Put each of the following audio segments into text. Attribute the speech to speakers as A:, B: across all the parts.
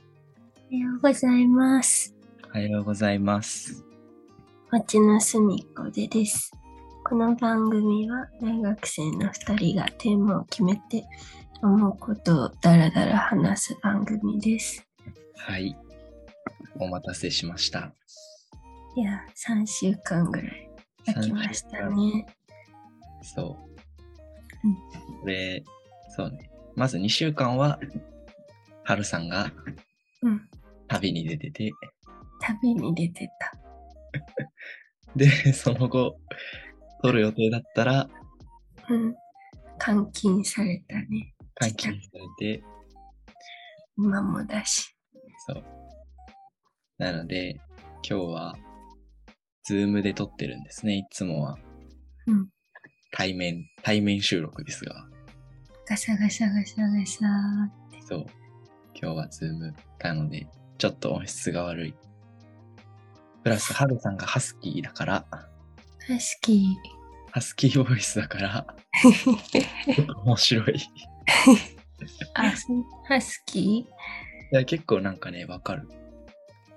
A: おはようございます。
B: おはようございます。
A: 町の隅っこでです。この番組は大学生の2人がテーマを決めて思うことをダラダラ話す番組です。
B: はい。お待たせしました。
A: いや、3週間ぐらい空きましたね。
B: そう。
A: う
B: で、そうね。まず2週間は、はるさんが
A: うん、
B: 旅に出てて、
A: 旅に出てた。
B: で、その後、撮る予定だったら、
A: うん、監禁されたね。
B: 監禁されて、
A: 今もだし。
B: そう。なので、今日は、ズームで撮ってるんですね、いつもは。
A: うん
B: 対面、対面収録ですが。
A: ガサガサガサガサ。
B: そう。今日はズームなので、ちょっと音質が悪い。プラス、ハルさんがハスキーだから、
A: ハスキ
B: ハスキーボイスだから、
A: ー。
B: 面白い。い
A: あ、そうハスキー
B: や、結構なんかね、わかる。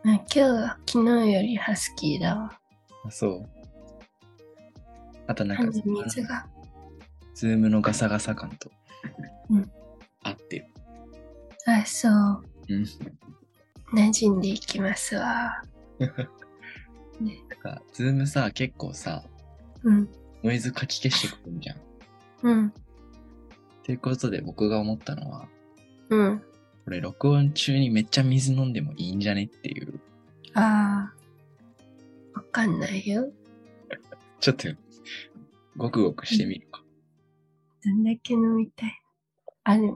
A: うん今日は昨日よりハスキーだわ。
B: あそう。あとなん
A: 鼻
B: か、
A: に水が。
B: ズームのガサガサ感と、
A: うん
B: 合ってる。
A: あ、そう。
B: うん
A: 馴染んでいきますわ。
B: なんか、ズームさ、結構さ、
A: うん。
B: ノイズかき消してくるんじゃん。っ
A: うん。
B: ていうことで、僕が思ったのは、
A: うん。
B: これ録音中にめっちゃ水飲んでもいいんじゃねっていう、
A: ああ。わかんないよ。
B: ちょっと、ごくごくしてみるか。
A: どんだけ飲みたい。ある。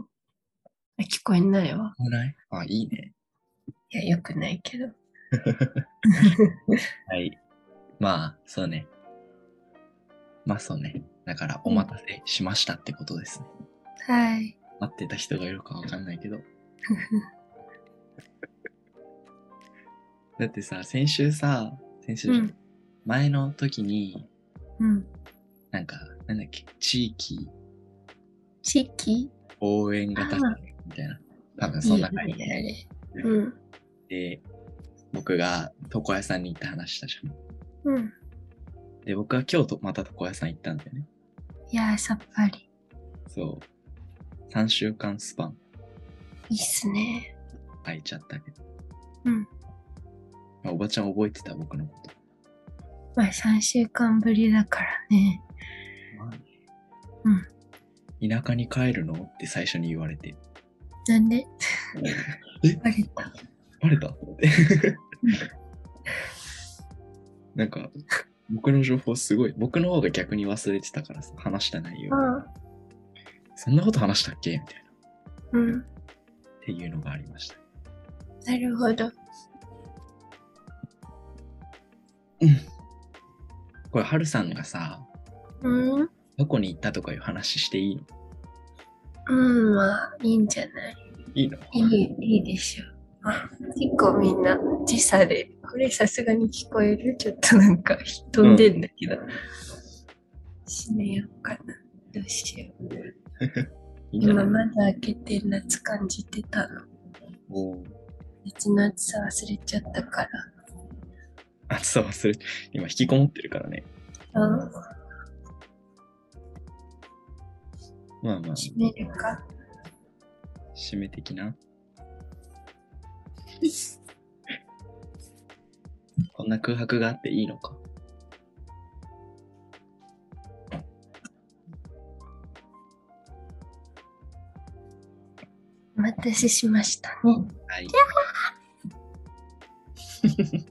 A: あ、聞こえないわ。
B: 危ないあ、いいね。
A: いや、よくないけ ど。
B: はい。まあ、そうね。まあ、そうね。だから、お待たせしましたってことですね。
A: はい。
B: 待ってた人がいるかわかんないけ ど。だってさ、先週さ、先週、
A: うん
B: 前の時に、
A: うん。
B: なんか、なんだっけ、地域
A: 地域
B: 応援型
A: あ
B: みたいな。多分そんな感じ
A: いいねあれ。うん。
B: で、僕が床屋さんに行った話したじゃん。
A: うん。
B: で、僕は今日とまた床屋さん行ったんだよね。
A: いやー、さっぱり。
B: そう。3週間スパン
A: いいっすね。
B: 空いちゃったけど。
A: うん。
B: おばちゃん覚えてた僕のこと。
A: まあ、3週間ぶりだからね。
B: うん。田舎に帰るのって最初に言われて。
A: なんで
B: え
A: バレた。
B: バレたと思って。 なんか、僕の情報すごい。僕の方が逆に忘れてたからさ、話した内容。
A: あ
B: そんなこと話したっけみたいな。
A: うん。
B: っていうのがありました。
A: なるほど。
B: これ、はるさんがさ、
A: うん。
B: どこに行ったとかいう話していいの
A: うん、まあ、いいんじゃない
B: いいの
A: いい、いいでしょう。結構みんな時差で、これさすがに聞こえるちょっとなんか飛んでんだけど。閉めようかな。どうしよう。
B: いいんじゃな
A: 今
B: い
A: まだ開けて夏感じてたの。
B: おー
A: 夏の暑さ忘れちゃったから。
B: 暑さ忘れて、今引きこもってるからね。
A: うん、
B: まあまあ、
A: 閉めるか。
B: 締め的な。 こんな空白があっていいのか。
A: お待たせしましたね。
B: はい。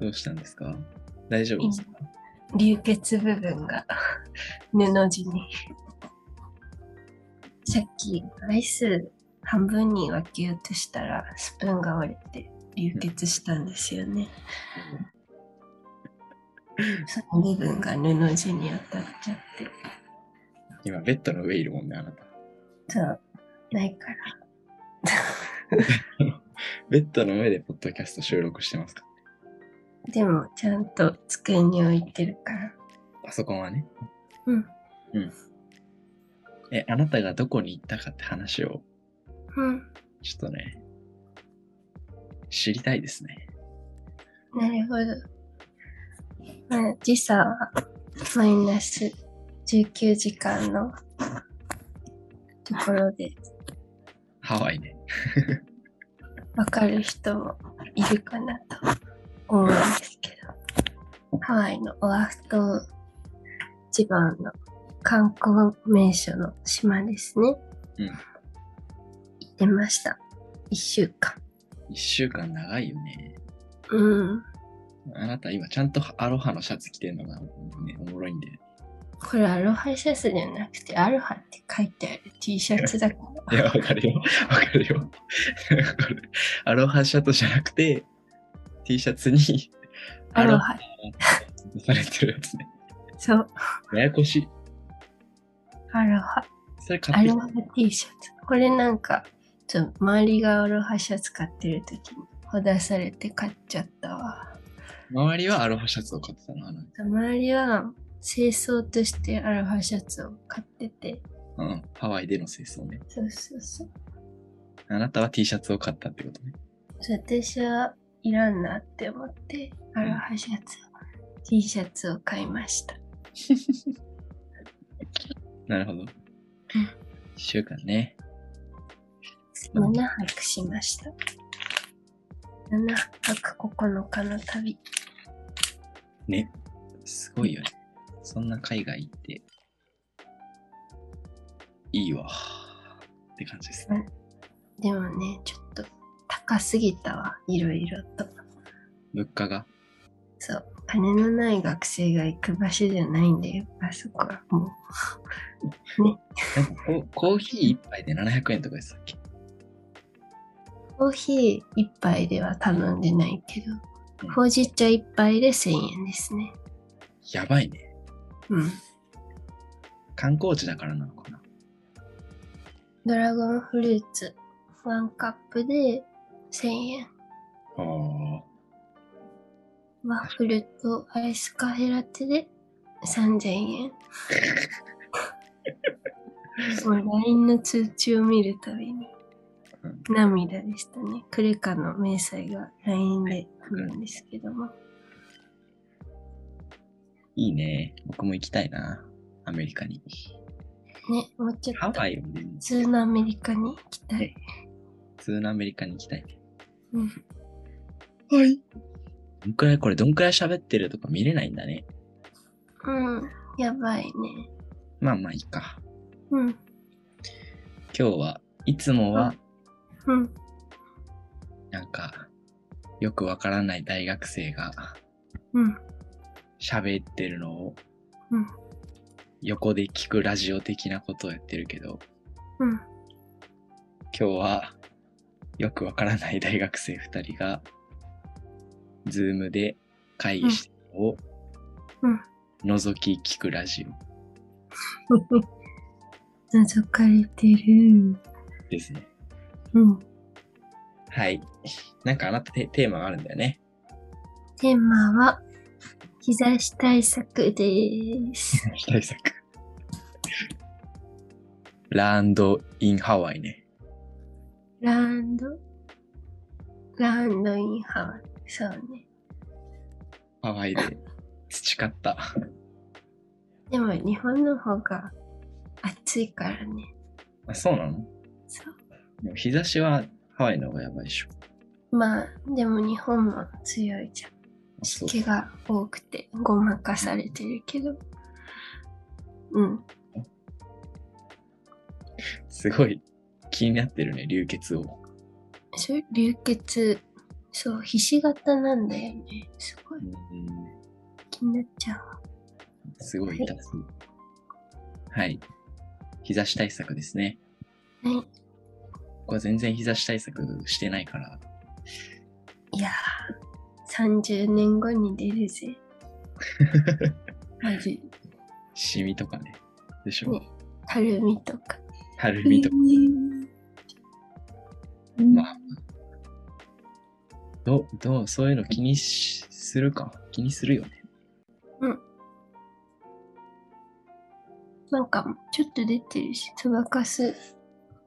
B: どうしたんですか大丈夫ですか
A: 流血部分が 布地に。 さっきアイス半分に分けようとしたらスプーンが折れて流血したんですよね。その部分が布地に当たっちゃって。
B: 今、ベッドの上いるもんね、あなた。
A: そう、ないから。
B: ベッドの上でポッドキャスト収録してますか
A: でもちゃんと机に置いてるから。
B: パソコンはね。
A: うん。
B: え、あなたがどこに行ったかって話を
A: うん。
B: ちょっとね、知りたいですね。
A: なるほど。まあ、時差はマイナス19時間のところで
B: ハワイね。
A: わかる人もいるかなと思うんですけど、ハワイのオアフ島一番の観光名所の島ですね。
B: うん
A: 行ってました。一週間。
B: 一週間長いよね。
A: うん。
B: あなた今ちゃんとアロハのシャツ着てんのがね、おもろいんで。
A: これアロハシャツじゃなくてアロハって書いてある T シャツだから。
B: いや、わかるよ。わかるよ。 わかるアロハシャツじゃなくて、T シャツに
A: アロハ。
B: されてるやつね。
A: そう。
B: ややこしい。
A: アロハ。
B: それ買
A: ア
B: って
A: ロ
B: きた
A: ハ T シャツ。これなんか、ちょっと周りがアロハシャツ買ってる時にほだされて買っちゃったわ。
B: 周りはアロハシャツを買ってたの。あの
A: 周りは清掃としてアロハシャツを買ってて、
B: うん、ハワイでの清掃ね。
A: そうそうそう。
B: あなたは T シャツを買ったってことね。
A: 私はいらんなって思って、アロハシャツを、T シャツを買いました。
B: なるほど。一週間ね。うん
A: 7泊しました。7泊9日の旅。
B: ね。すごいよね。そんな海外行って、いいわ。って感じですね。
A: でもね、ちょっと高すぎたわ、いろいろと。
B: 物価が。
A: そう、金のない学生が行く場所じゃないんだよ、あそこはもう。
B: なんかココーヒー一杯で700円とかでしたっけ
A: コーヒー一杯では頼んでないけど、ほうじ茶一杯で1000円ですね。
B: やばいね。
A: うん。
B: 観光地だからなのかな。
A: ドラゴンフルーツワンカップで1000円。
B: ああ。
A: ワッフルとアイスカフェラテで3000円。 もう LINE の通知を見るたびに
B: うん
A: 涙でしたね。クレカの明細が LINE で来るんですけども。
B: いいね。僕も行きたいな。アメリカに。
A: ね、もうちょ
B: ハ
A: っと
B: ワイはね、
A: 普通のアメリカに行きたい。
B: 普通のアメリカに行きたいね。
A: うん
B: はい。どんくらい、これどんくらい喋ってるとか見れないんだね。
A: うん、やばいね。
B: まあまあいいか。
A: うん、
B: 今日はいつもは
A: うん、
B: なんかよくわからない大学生が
A: うん、
B: 喋ってるのを
A: うん
B: 横で聞くラジオ的なことをやってるけど
A: うん、
B: 今日はよくわからない大学生2人がズームで会議してるのを
A: うん
B: 覗き聞くラジオ
A: 覗かれてる。
B: ですね。
A: うん。
B: はい。なんかあなたテテーマがあるんだよね。
A: テーマは、日差し対策です。
B: 対策。ランドインハワイね。
A: ランド、ランドインハワイ。そうね。
B: ハワイで培った。
A: でも日本の方が暑いからね。
B: あ、そうなの
A: そ
B: でも日差しはハワイの方がやばいでしょ。
A: う。まあ、でも日本も強いじゃん。
B: あそう
A: 毛が多くてごまかされてるけど。うん。
B: すごい気になってるね、流血を。
A: それ流血、そう、ひし形なんだよね。すごい気になっちゃう。
B: すごい痛そう。はい。日差し対策ですね。
A: はい。
B: 僕は全然日差し対策してないから。
A: いやー、30年後に出る ぜ。マジ、
B: シミとかね。でしょ
A: ね。たるみとか。
B: たるみとか。
A: うん
B: まあ。どう、どう、そういうの気にしするか。気にするよね。
A: なんか、ちょっと出てるし、そばかす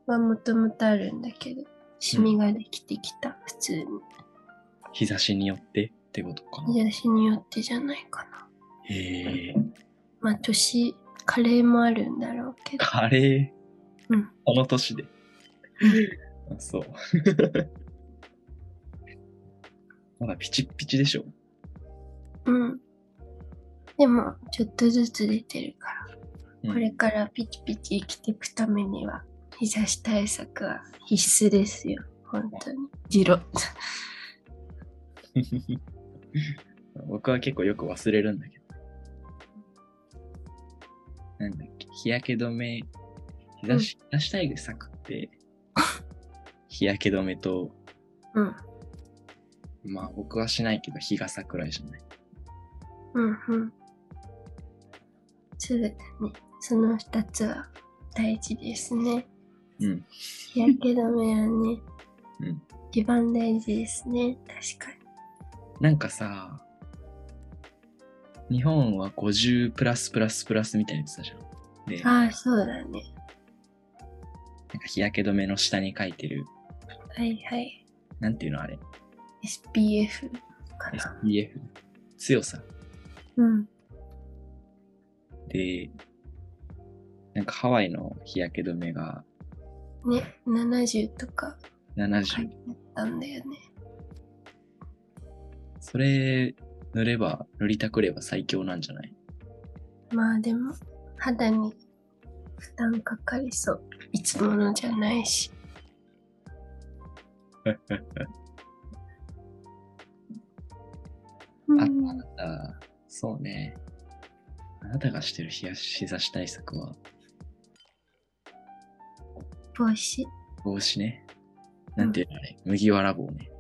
A: はもともとあるんだけど、シミができてきた、普通に。
B: 日差しによってってことかな。
A: 日差しによってじゃないかな。
B: へえ。
A: まあ、年、カレーもあるんだろうけど。
B: カレ
A: う
B: ー。
A: ん
B: この年で。あそう。 まだピチッピチでしょ。
A: うん。でも、ちょっとずつ出てるから。
B: うん
A: これからピチピチ生きていくためには、日差し対策は必須ですよ。本当に。ジロ。
B: 僕は結構よく忘れるんだけど。なんだっけ、日焼け止め、日差し、日差し対策 って、日焼け止めと、
A: うん。
B: まあ僕はしないけど、日傘くらいじゃない。
A: うんうん。そうだね。その二つは大事ですね。
B: うん。
A: 日焼け止めはね、
B: うん
A: 一番大事ですね。確か
B: なんかさ、日本は50プラスプラスプラスみたいに言ってたじゃん。で、
A: に。
B: なん
A: あ
B: か
A: あ、そうだね。
B: 日焼け止めの下に書いてる、
A: はいはい。
B: なんていうのあれ、
A: SPF かな。
B: SPF、強さ。
A: うん。
B: で、なんかハワイの日焼け止めが
A: ね、70とか書
B: 70、
A: いてあったんだよね。
B: それ塗れば、塗りたくれば最強なんじゃない
A: まあでも、肌に負担かかりそう。いつものじゃないし。う
B: ああ
A: ん
B: なた、そうね。あなたがしてる日焼日差し対策は
A: 帽子、
B: 帽子ね。なんていうのあれ、麦わら帽ね。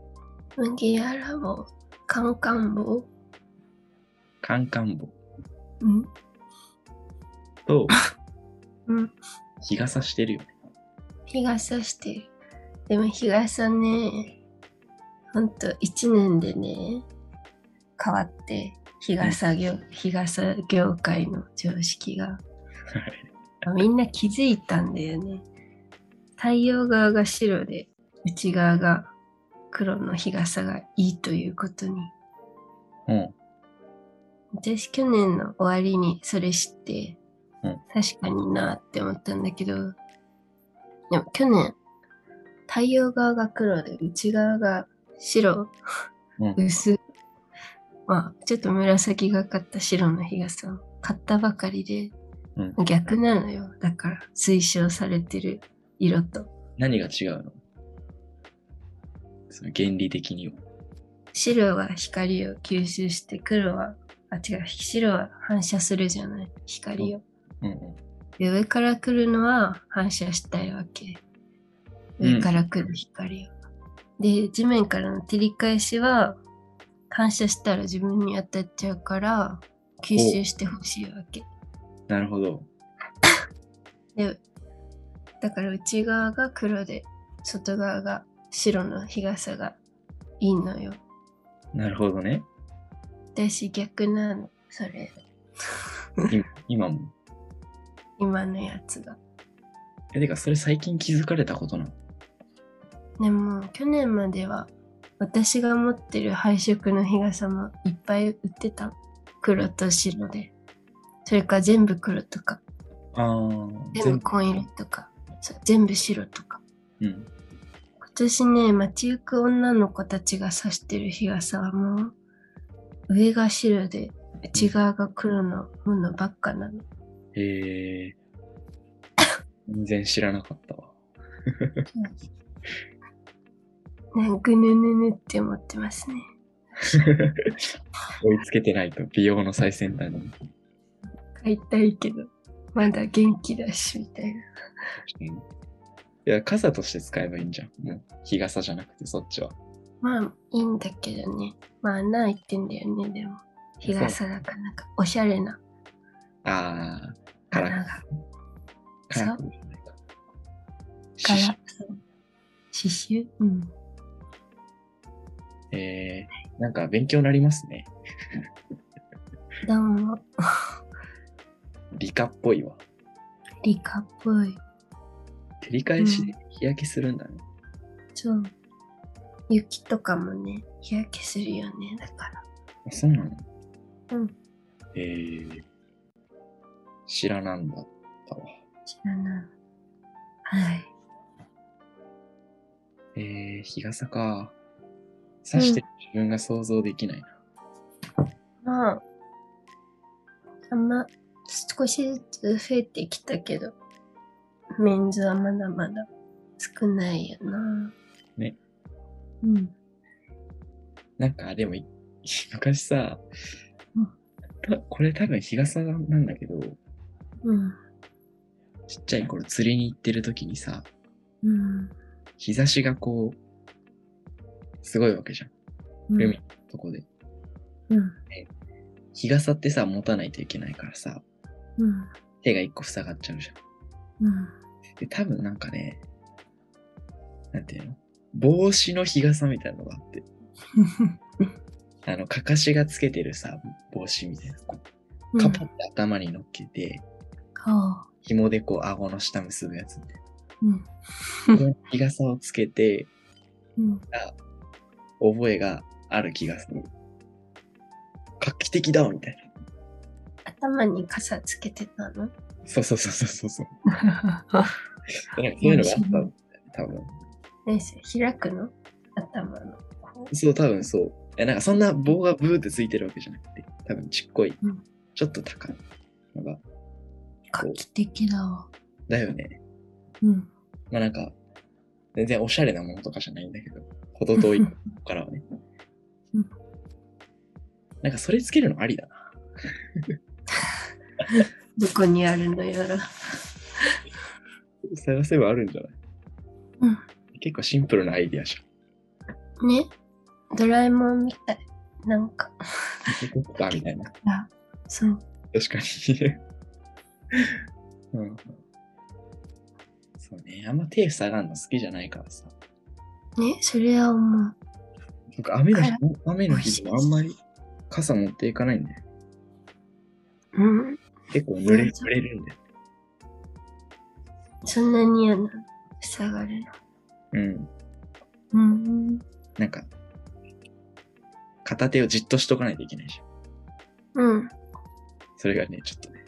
A: 麦やら棒、カンカン棒、
B: カンカン帽
A: うん、
B: と
A: うん、
B: 日傘してるよね。
A: 日傘してる。でも日傘ね、ほんと1年でね、変わって、日傘業、日傘業界の常識が。みんな気づいたんだよね。太陽側が白で、内側が黒の日傘がいいということに。
B: うん。
A: 私、去年の終わりにそれ知って、
B: うん
A: 確かになって思ったんだけど、でも去年、太陽側が黒で、内側が白、
B: うん
A: 薄、まあ、ちょっと紫がかった白の日傘を買ったばかりで、
B: う
A: 逆なのよ。だから、推奨されてる色と。
B: 何が違うのその原理的には。
A: 白は光を吸収して、黒は、あ、違う、白は反射するじゃない、光を。
B: うんうん。
A: で上から来るのは反射したいわけ。
B: うん
A: 上から来る光を。で、地面からの照り返しは反射したら自分に当たっちゃうから吸収してほしいわけ。
B: なるほど。
A: で、だから内側が黒で外側が白の日傘がいいのよ。
B: なるほど ね。
A: 私逆なの、それ。
B: 今今も。
A: 今のやつが。
B: え、てか、それ最近気づかれたことなの
A: でも去年までは私が持ってる配色の日傘もいっぱい売ってた黒と白でそれから全部黒とか
B: ああ、
A: 全部紺色とかそう全部白とか
B: うん。
A: 今年ね街行く女の子たちが差してる日傘はもう上が白で内側が黒のものばっかなの
B: へえ。全然知らなかった わ。
A: ねぐぬぬぬって思ってますね
B: 追いつけてないと、美容の最先端に。
A: 買いたいけどまだ元気だしみたいない
B: や、傘として使えばいいんじゃん。もう、日傘じゃなくて、そっちは。
A: まあいいんだけどね。まあ穴開いてんだよね、でも。日傘だからなんかおしゃれな
B: ああ、カ
A: 穴
B: ラ
A: が。
B: カラフルじゃないか。刺
A: ら
B: 繍
A: 刺繍うん。
B: えー、なんか勉強になりますね。
A: どうも、
B: 理科っぽいわ。
A: 理科っぽい。
B: 照り返しで日焼けするんだね。
A: そう。雪とかもね、日焼けするよね。だから。
B: あそうなの
A: うん。
B: えー、知らなんだったわ。
A: 知らない。はい。
B: えー、日傘か。刺してる自分が想像できないな。
A: まあ、あんま、少しずつ増えてきたけど、メンズはまだまだ少ないよな。
B: ね。
A: うん。
B: なんか、でもい、 昔さ
A: うん、
B: たこれ多分日傘なんだけど、
A: うん。
B: ちっちゃい頃釣りに行ってる時にさ、
A: うん。
B: 日差しがこう、すごいわけじゃん。
A: うん
B: 海のとこで。
A: うん。
B: 日傘ってさ、持たないといけないからさ、
A: うん。
B: 手が一個塞がっちゃうじゃん。
A: うん。
B: で、多分なんかね、なんていうの帽子の日傘みたいなのがあって、あの、かかしがつけてるさ、帽子みたいな、こうカパって頭に乗っけて、
A: はあ。
B: 紐でこう、顎の下結ぶやつみたいな。
A: うん。
B: この日傘をつけて、
A: うん。
B: 覚えがある気がする。画期的だみたいな。
A: 頭に傘つけてたの
B: そうそうそうそうそうそう。なんかそういうのがあったんだよね多分。
A: ねえ開くの頭の。こ
B: そう、多分そう。え、なんかそんな棒がブーってついてるわけじゃなくて、多分ちっこい、
A: うん
B: ちょっと高いのが、
A: う画期的だわ。
B: だよね。
A: うん。
B: まあなんか、全然おしゃれなものとかじゃないんだけど、程遠いとこからはね
A: うん。
B: なんかそれつけるのありだな。
A: どこにあるのやら。
B: 探せばあるんじゃない
A: うん。
B: 結構シンプルなアイディアじゃん。
A: ねドラえもんみたい。なんか。
B: ヘリコプターみたいな。
A: あ、そう。
B: 確かに。うん。そうね。あんま手塞がんの好きじゃないからさ。
A: ねそれは思う。
B: なんか雨の日
A: か、
B: 雨の日でもあんまり傘持っていかないんだよ。
A: うん。
B: 結構濡れ
A: うん
B: 濡れるんだよ。
A: そんなに嫌なの塞がるの。
B: うん。
A: うん。
B: なんか、片手をじっとしとかないといけないじゃん。
A: うん。
B: それがね、ちょっとね、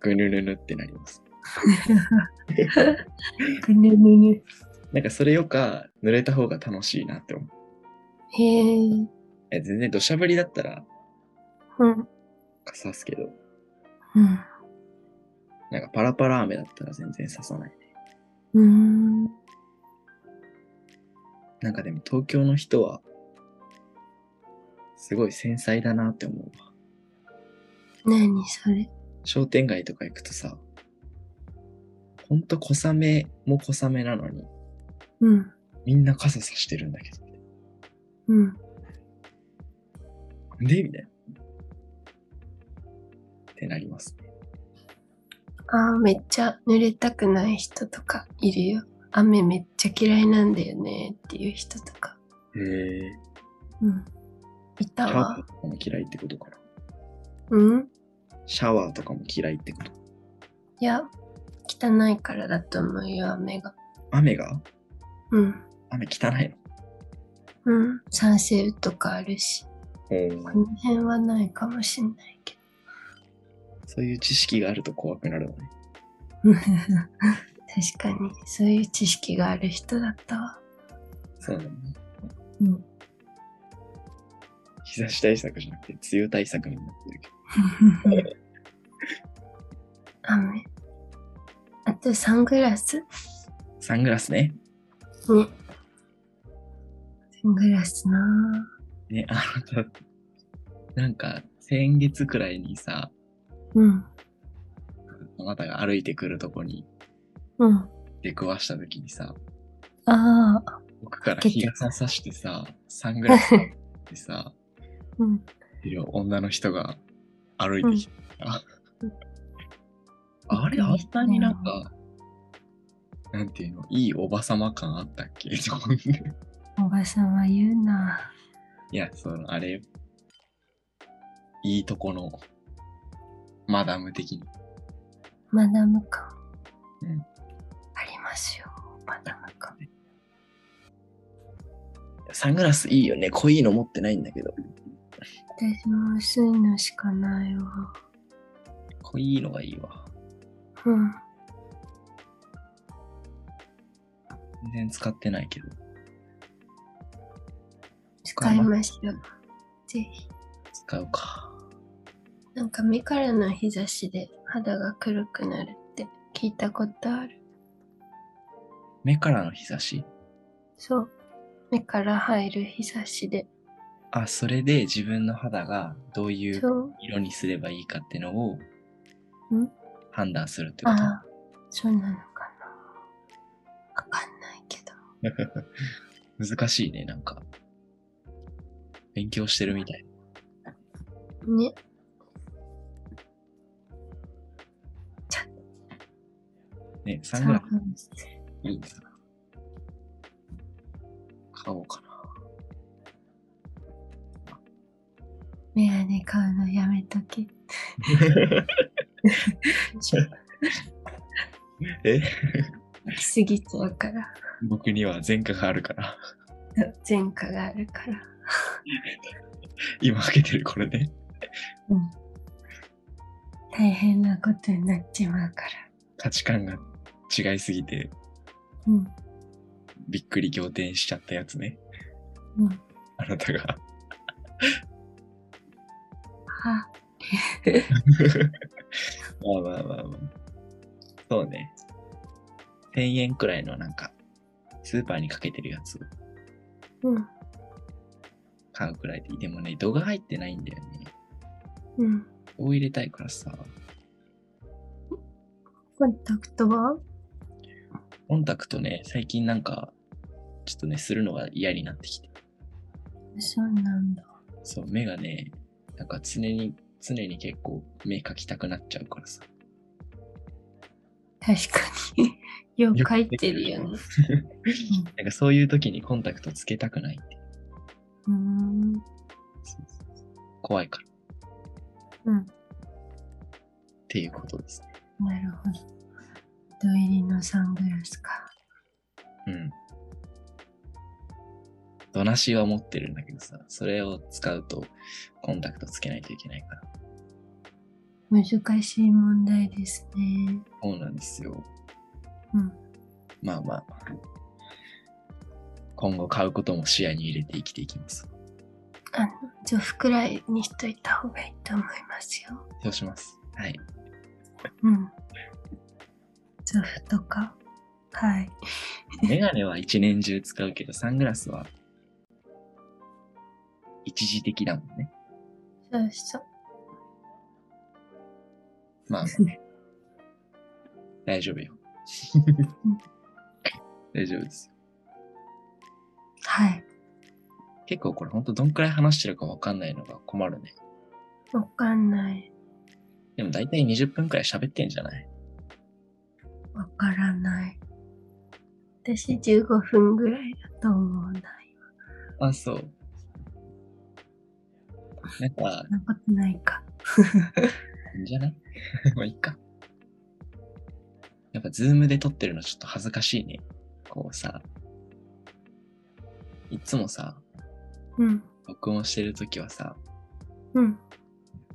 B: ぐぬぬぬってなります。
A: ぐにゅぐにゅ。
B: なんかそれよか、濡れた方が楽しいなって思う。
A: へえ。
B: え全然土砂降りだったら
A: うん。
B: 傘すけど、
A: うん。
B: なんかパラパラ雨だったら全然刺さない。
A: うん。
B: なんかでも東京の人は、すごい繊細だなって思うわ。
A: 何それ。
B: 商店街とか行くとさ、ほんと小雨も小雨なのに、
A: うん。
B: みんな傘さしてるんだけど。
A: うん。
B: でみたいな。ってなりますね。
A: あーめっちゃ濡れたくない人とかいるよ。雨めっちゃ嫌いなんだよねっていう人とか。
B: へえ。
A: うん。い
B: シ
A: た
B: ャワー
A: わ。
B: とかも嫌いってことかな。
A: うん
B: シャワーとかも嫌いってこと。
A: いや、汚いからだと思うよ、雨が。
B: 雨が
A: うん。
B: 雨汚いの。
A: うん。サンセルとかあるし。こ
B: お
A: の辺はないかもしんないけ
B: そういう知識があると怖くなるわね。
A: ど。確かに、そういう知識がある人だったわ。
B: そうだね。
A: うん。
B: 日差し対策じゃなくて、梅雨対策になってるけど。
A: 雨。あと、サングラス
B: サングラスね。
A: ね。サングラスな
B: ね、あの、 なんか、先月くらいにさ、
A: ぁ。うん。
B: あなたが歩いてくるとこに
A: うん。
B: 出くわしたときにさ、
A: ああ。
B: 僕から
A: 結
B: 日
A: 局
B: 傘さしてさ、サングラスかぶってさ、
A: うん。
B: いる女の人が歩いてきた。
A: うん
B: あれ、あんなになんか、なんていうの、いいおばさま感あったっけ と思って
A: おばさんは言うな。
B: いや、その、あれよ、いいとこの、マダム的に。
A: マダムか。
B: うん
A: ありますよ、バナナか。
B: サングラスいいよね。濃いの持ってないんだけど。
A: 私も薄いのしかないわ。
B: 濃いのがいいわ。
A: うん。
B: 全然使ってないけど。
A: 使いました。ぜひ。
B: 使うか。
A: なんか目からの日差しで肌が黒くなるって聞いたことある。
B: 目からの日差し
A: そう。目から入る日差しで。
B: あ、それで自分の肌がどういう
A: そう。
B: 色にすればいいかってのを
A: ん
B: 判断するってこ
A: ああ、そうなのかな。わかんないけど。
B: と。難しいね、なんか。勉強してるみたい。
A: ね。ちゃ
B: ね、サングラ
A: ス。
B: スいいな。買おう かな。
A: メガネ買うのやめとけ。
B: え
A: 行きすぎちゃうから。
B: 僕には前科があるから。
A: 前科があるから。
B: 今開けてるこれで、
A: 大変なことになっちまうから。
B: 価値観が違いすぎて
A: うん。
B: びっくり仰天しちゃったやつね。
A: うん。
B: あなたが。
A: は
B: まあまあまあまあ。そうね。1000円くらいのなんか、スーパーにかけてるやつを
A: うん。
B: 買うくらいで。でもね、度が入ってないんだよね。
A: うん。
B: 度を入れたいからさ、
A: コンタクトは
B: コンタクトね、最近なんか、ちょっとね、するのが嫌になってきて。
A: そうなんだ。
B: そう、目がね、なんか常に、常に結構目描きたくなっちゃうからさ。
A: 確かに。 よく書いてるよね。
B: なんかそういう時にコンタクトつけたくないって。
A: うーん。
B: そうそうそう怖いから。
A: うん。
B: っていうことですね。
A: なるほど。土入りのサングラスか。
B: うん。どなしは持ってるんだけどさ、それを使うとコンタクトつけないといけないから。
A: 難しい問題ですね。
B: そうなんですよ。
A: うん。
B: まあまあ。今後買うことも視野に入れて生きていきます。
A: あの、除服くらいにしといた方がいいと思いますよ。
B: そうします。はい。
A: うん。除服とか。はい。
B: メガネは一年中使うけど、サングラスは一時的だもんね。
A: そうそう。
B: まあ、大丈夫よ
A: うん。
B: 大丈夫ですよ。
A: はい。
B: 結構これほんとどんくらい話してるかわかんないのが困るね。
A: わかんない。
B: でも大体20分くらい喋ってんじゃない
A: わからない。私15分ぐらいだと思うな。
B: あ、そう。なんか
A: そ、んなことないか。
B: いいんじゃない まあいいか。やっぱズームで撮ってるのちょっと恥ずかしいね。こうさ、いつもさ、
A: うん。
B: 録音してるときはさ、
A: うん。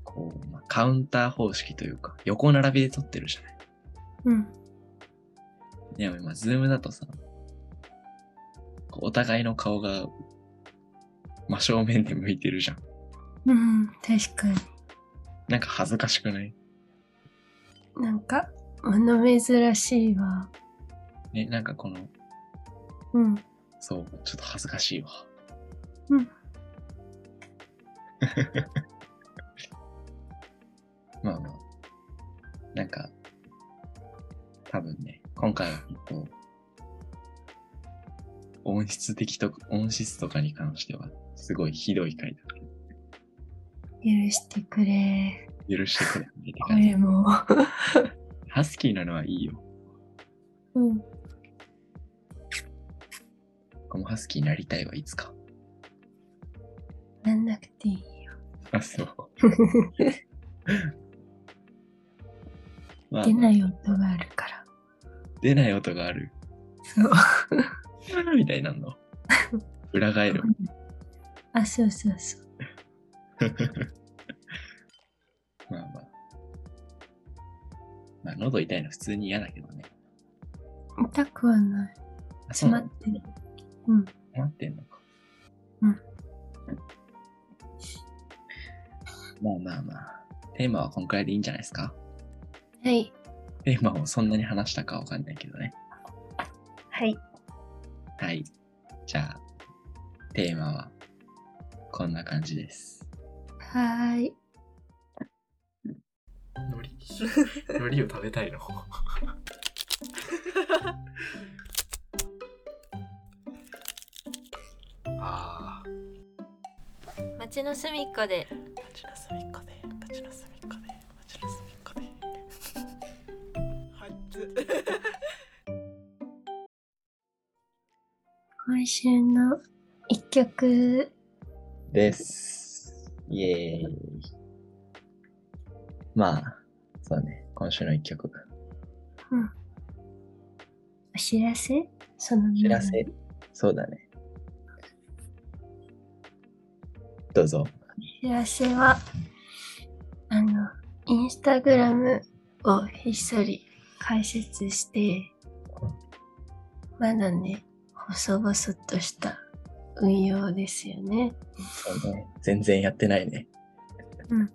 B: こう、まあ、カウンター方式というか、横並びで撮ってるじゃない。
A: うん。
B: でも今、ズームだとさ、こうお互いの顔が真正面で向いてるじゃん。
A: うん。確かに。
B: なんか恥ずかしくない
A: なんか、物珍しいわ。
B: ね、なんかこの、
A: うん。
B: そう、ちょっと恥ずかしいわ。
A: うん
B: まあまあ。なんか、多分ね、今回は結構、音質的と、音質とかに関しては、すごいひどい回だか
A: 許してくれ。
B: ら、許してくれみた
A: こ
B: いな感じ。
A: れも。
B: ハスキーなのはいいよ。
A: うん。
B: 僕もハスキーになりたいわ、いつか。
A: なんなくていいよ。
B: あ、そう。まあ
A: 出ない音があるから。
B: 出ない音がある。
A: そう。
B: みたいになんの。裏返る。
A: あ、そうそうそう。
B: まあまあ。まあ、喉痛いの普通に嫌だけどね。
A: 痛くはない。
B: あ、そう
A: 詰ま
B: な
A: っ
B: の
A: てる。うん。
B: 詰まってんのか。
A: うん
B: まあまあまあ。テーマはこんくらいでいいんじゃないですか
A: はい。
B: テーマをそんなに話したかわかんないけどね。
A: はい。
B: はい。じゃあ、テーマはこんな感じです。
A: はーい。
C: 海苔 海苔を食べたいのああ
A: 街の隅っこで。
C: 町の隅っこで町の隅っこで町の隅っこで
A: 今週の一曲。
B: です。イエーイ。まあ、そうね。今週の一曲。
A: お知らせその前に
B: 知らせ。そうだね。どうぞ。
A: 知らせは、あの、インスタグラムをひっそり解説して、まだね、細々とした運用ですよね。
B: そうね。全然やってないね。
A: うん。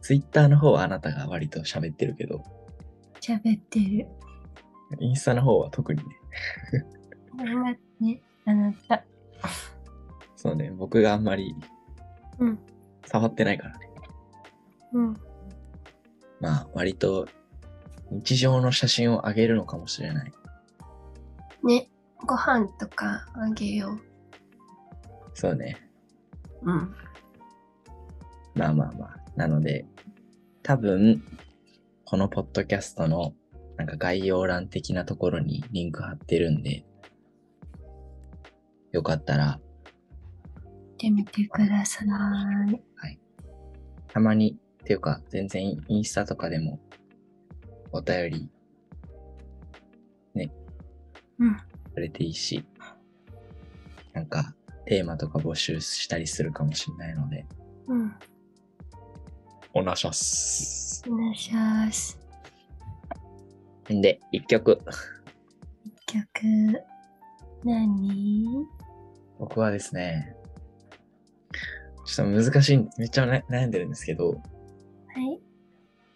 B: ツイッターの方はあなたが割と喋ってるけど、
A: 喋ってる。
B: インスタの方は特にね。
A: 頑張ってね、あなた。
B: そうね。僕があんまり
A: うん、
B: 触ってないからね。
A: うん。
B: まあ、割と日常の写真を上げるのかもしれない。
A: ね、ご飯とかあげよ
B: そうね。
A: う。うん。
B: まあまあまあ。なので、多分、このポッドキャストのなんか概要欄的なところにリンク貼ってるんで、よかったら、
A: ってみてください。
B: たまに、っていうか、全然インスタとかでも、お便り、ね、
A: うん
B: くれていいし、なんか、テーマとか募集したりするかもしれないので、
A: うん。
B: お願いします。
A: お願いします。
B: んで、一曲。
A: 曲、何
B: 僕はですね、ちょっと難しい、めっちゃな悩んでるんですけど、
A: はい。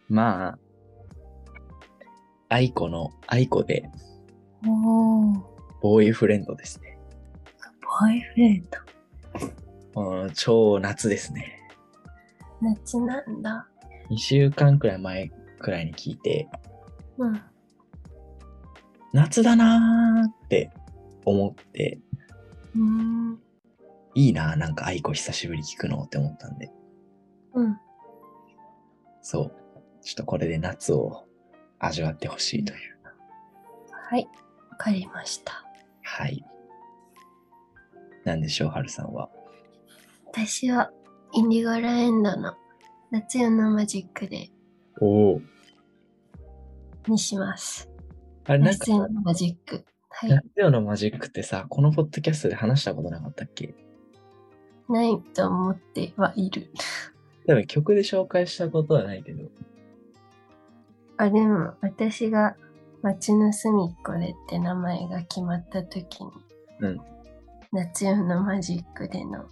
B: まあ、アイコの、アイコで、
A: おー。
B: ボーイフレンドですね。
A: ボーイフレンド。
B: この超夏ですね。
A: 夏なんだ。
B: 2週間くらい前くらいに聞いて、
A: うん。
B: 夏だなーって思って、
A: うん。
B: いいなーなんか愛子久しぶり聞くのって思ったんで、
A: うん。
B: そう。ちょっとこれで夏を味わってほしいという。
A: はい。わかりました。
B: はい。なんでしょう、はるさんは。
A: 私は、インディゴラエンドの夏夜のマジックで
B: おお。
A: にします。
B: あれ、なんか
A: 夏、夜のマジック。はい
B: 夏。夜のマジックってさ、このポッドキャストで話したことなかったっけ
A: ないと思ってはいる。
B: 多分曲で紹介したことはないけど。
A: あ、でも、私が街の隅っこでって名前が決まった時に、
B: うん
A: 夏夜のマジックでの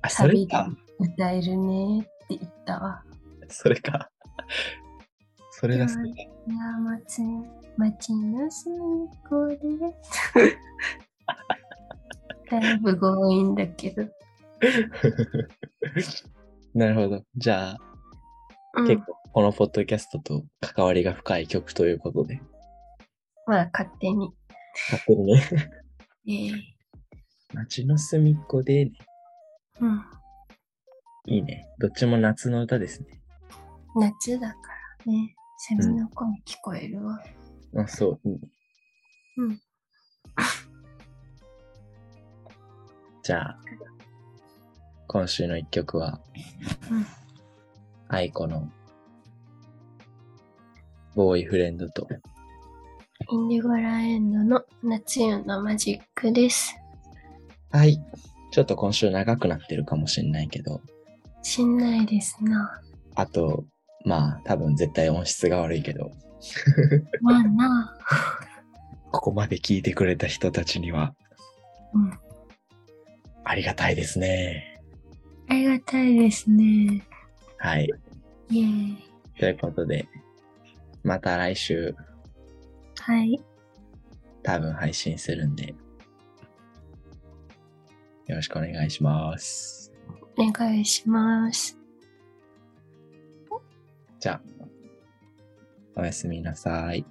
B: あ、それ
A: 旅で
B: か。
A: 歌えるねって言ったわ。
B: それか。それがそれか。
A: いや、街、街の隅っこ で。だいぶ強引だけど。
B: なるほど。じゃあ、
A: うん
B: 結構このポッドキャストと関わりが深い曲ということで、
A: まあ、勝手に。
B: 勝手に ね。
A: ええ
B: 街の隅っこで、ね、
A: うん。
B: いいね。どっちも夏の歌ですね。
A: 夏だからね。セミの声聞こえるわ。
B: あ、そう、いいね。
A: うん。
B: じゃあ、今週の一曲は、
A: うん
B: 愛子のボーイフレンドと。
A: インディゴラエンドの夏夜のマジックです。
B: はい。ちょっと今週長くなってるかもしれないけど、
A: しんないですな。
B: あと、まあ、多分絶対音質が悪いけど、
A: まあな。
B: ここまで聞いてくれた人たちには
A: うん。
B: ありがたいですね。
A: ありがたいですね。
B: はい。
A: イエーイ。
B: ということで、また来週
A: はい。
B: 多分配信するんで、よろしくお願いします。
A: お願いします。
B: じゃあ、おやすみなさい。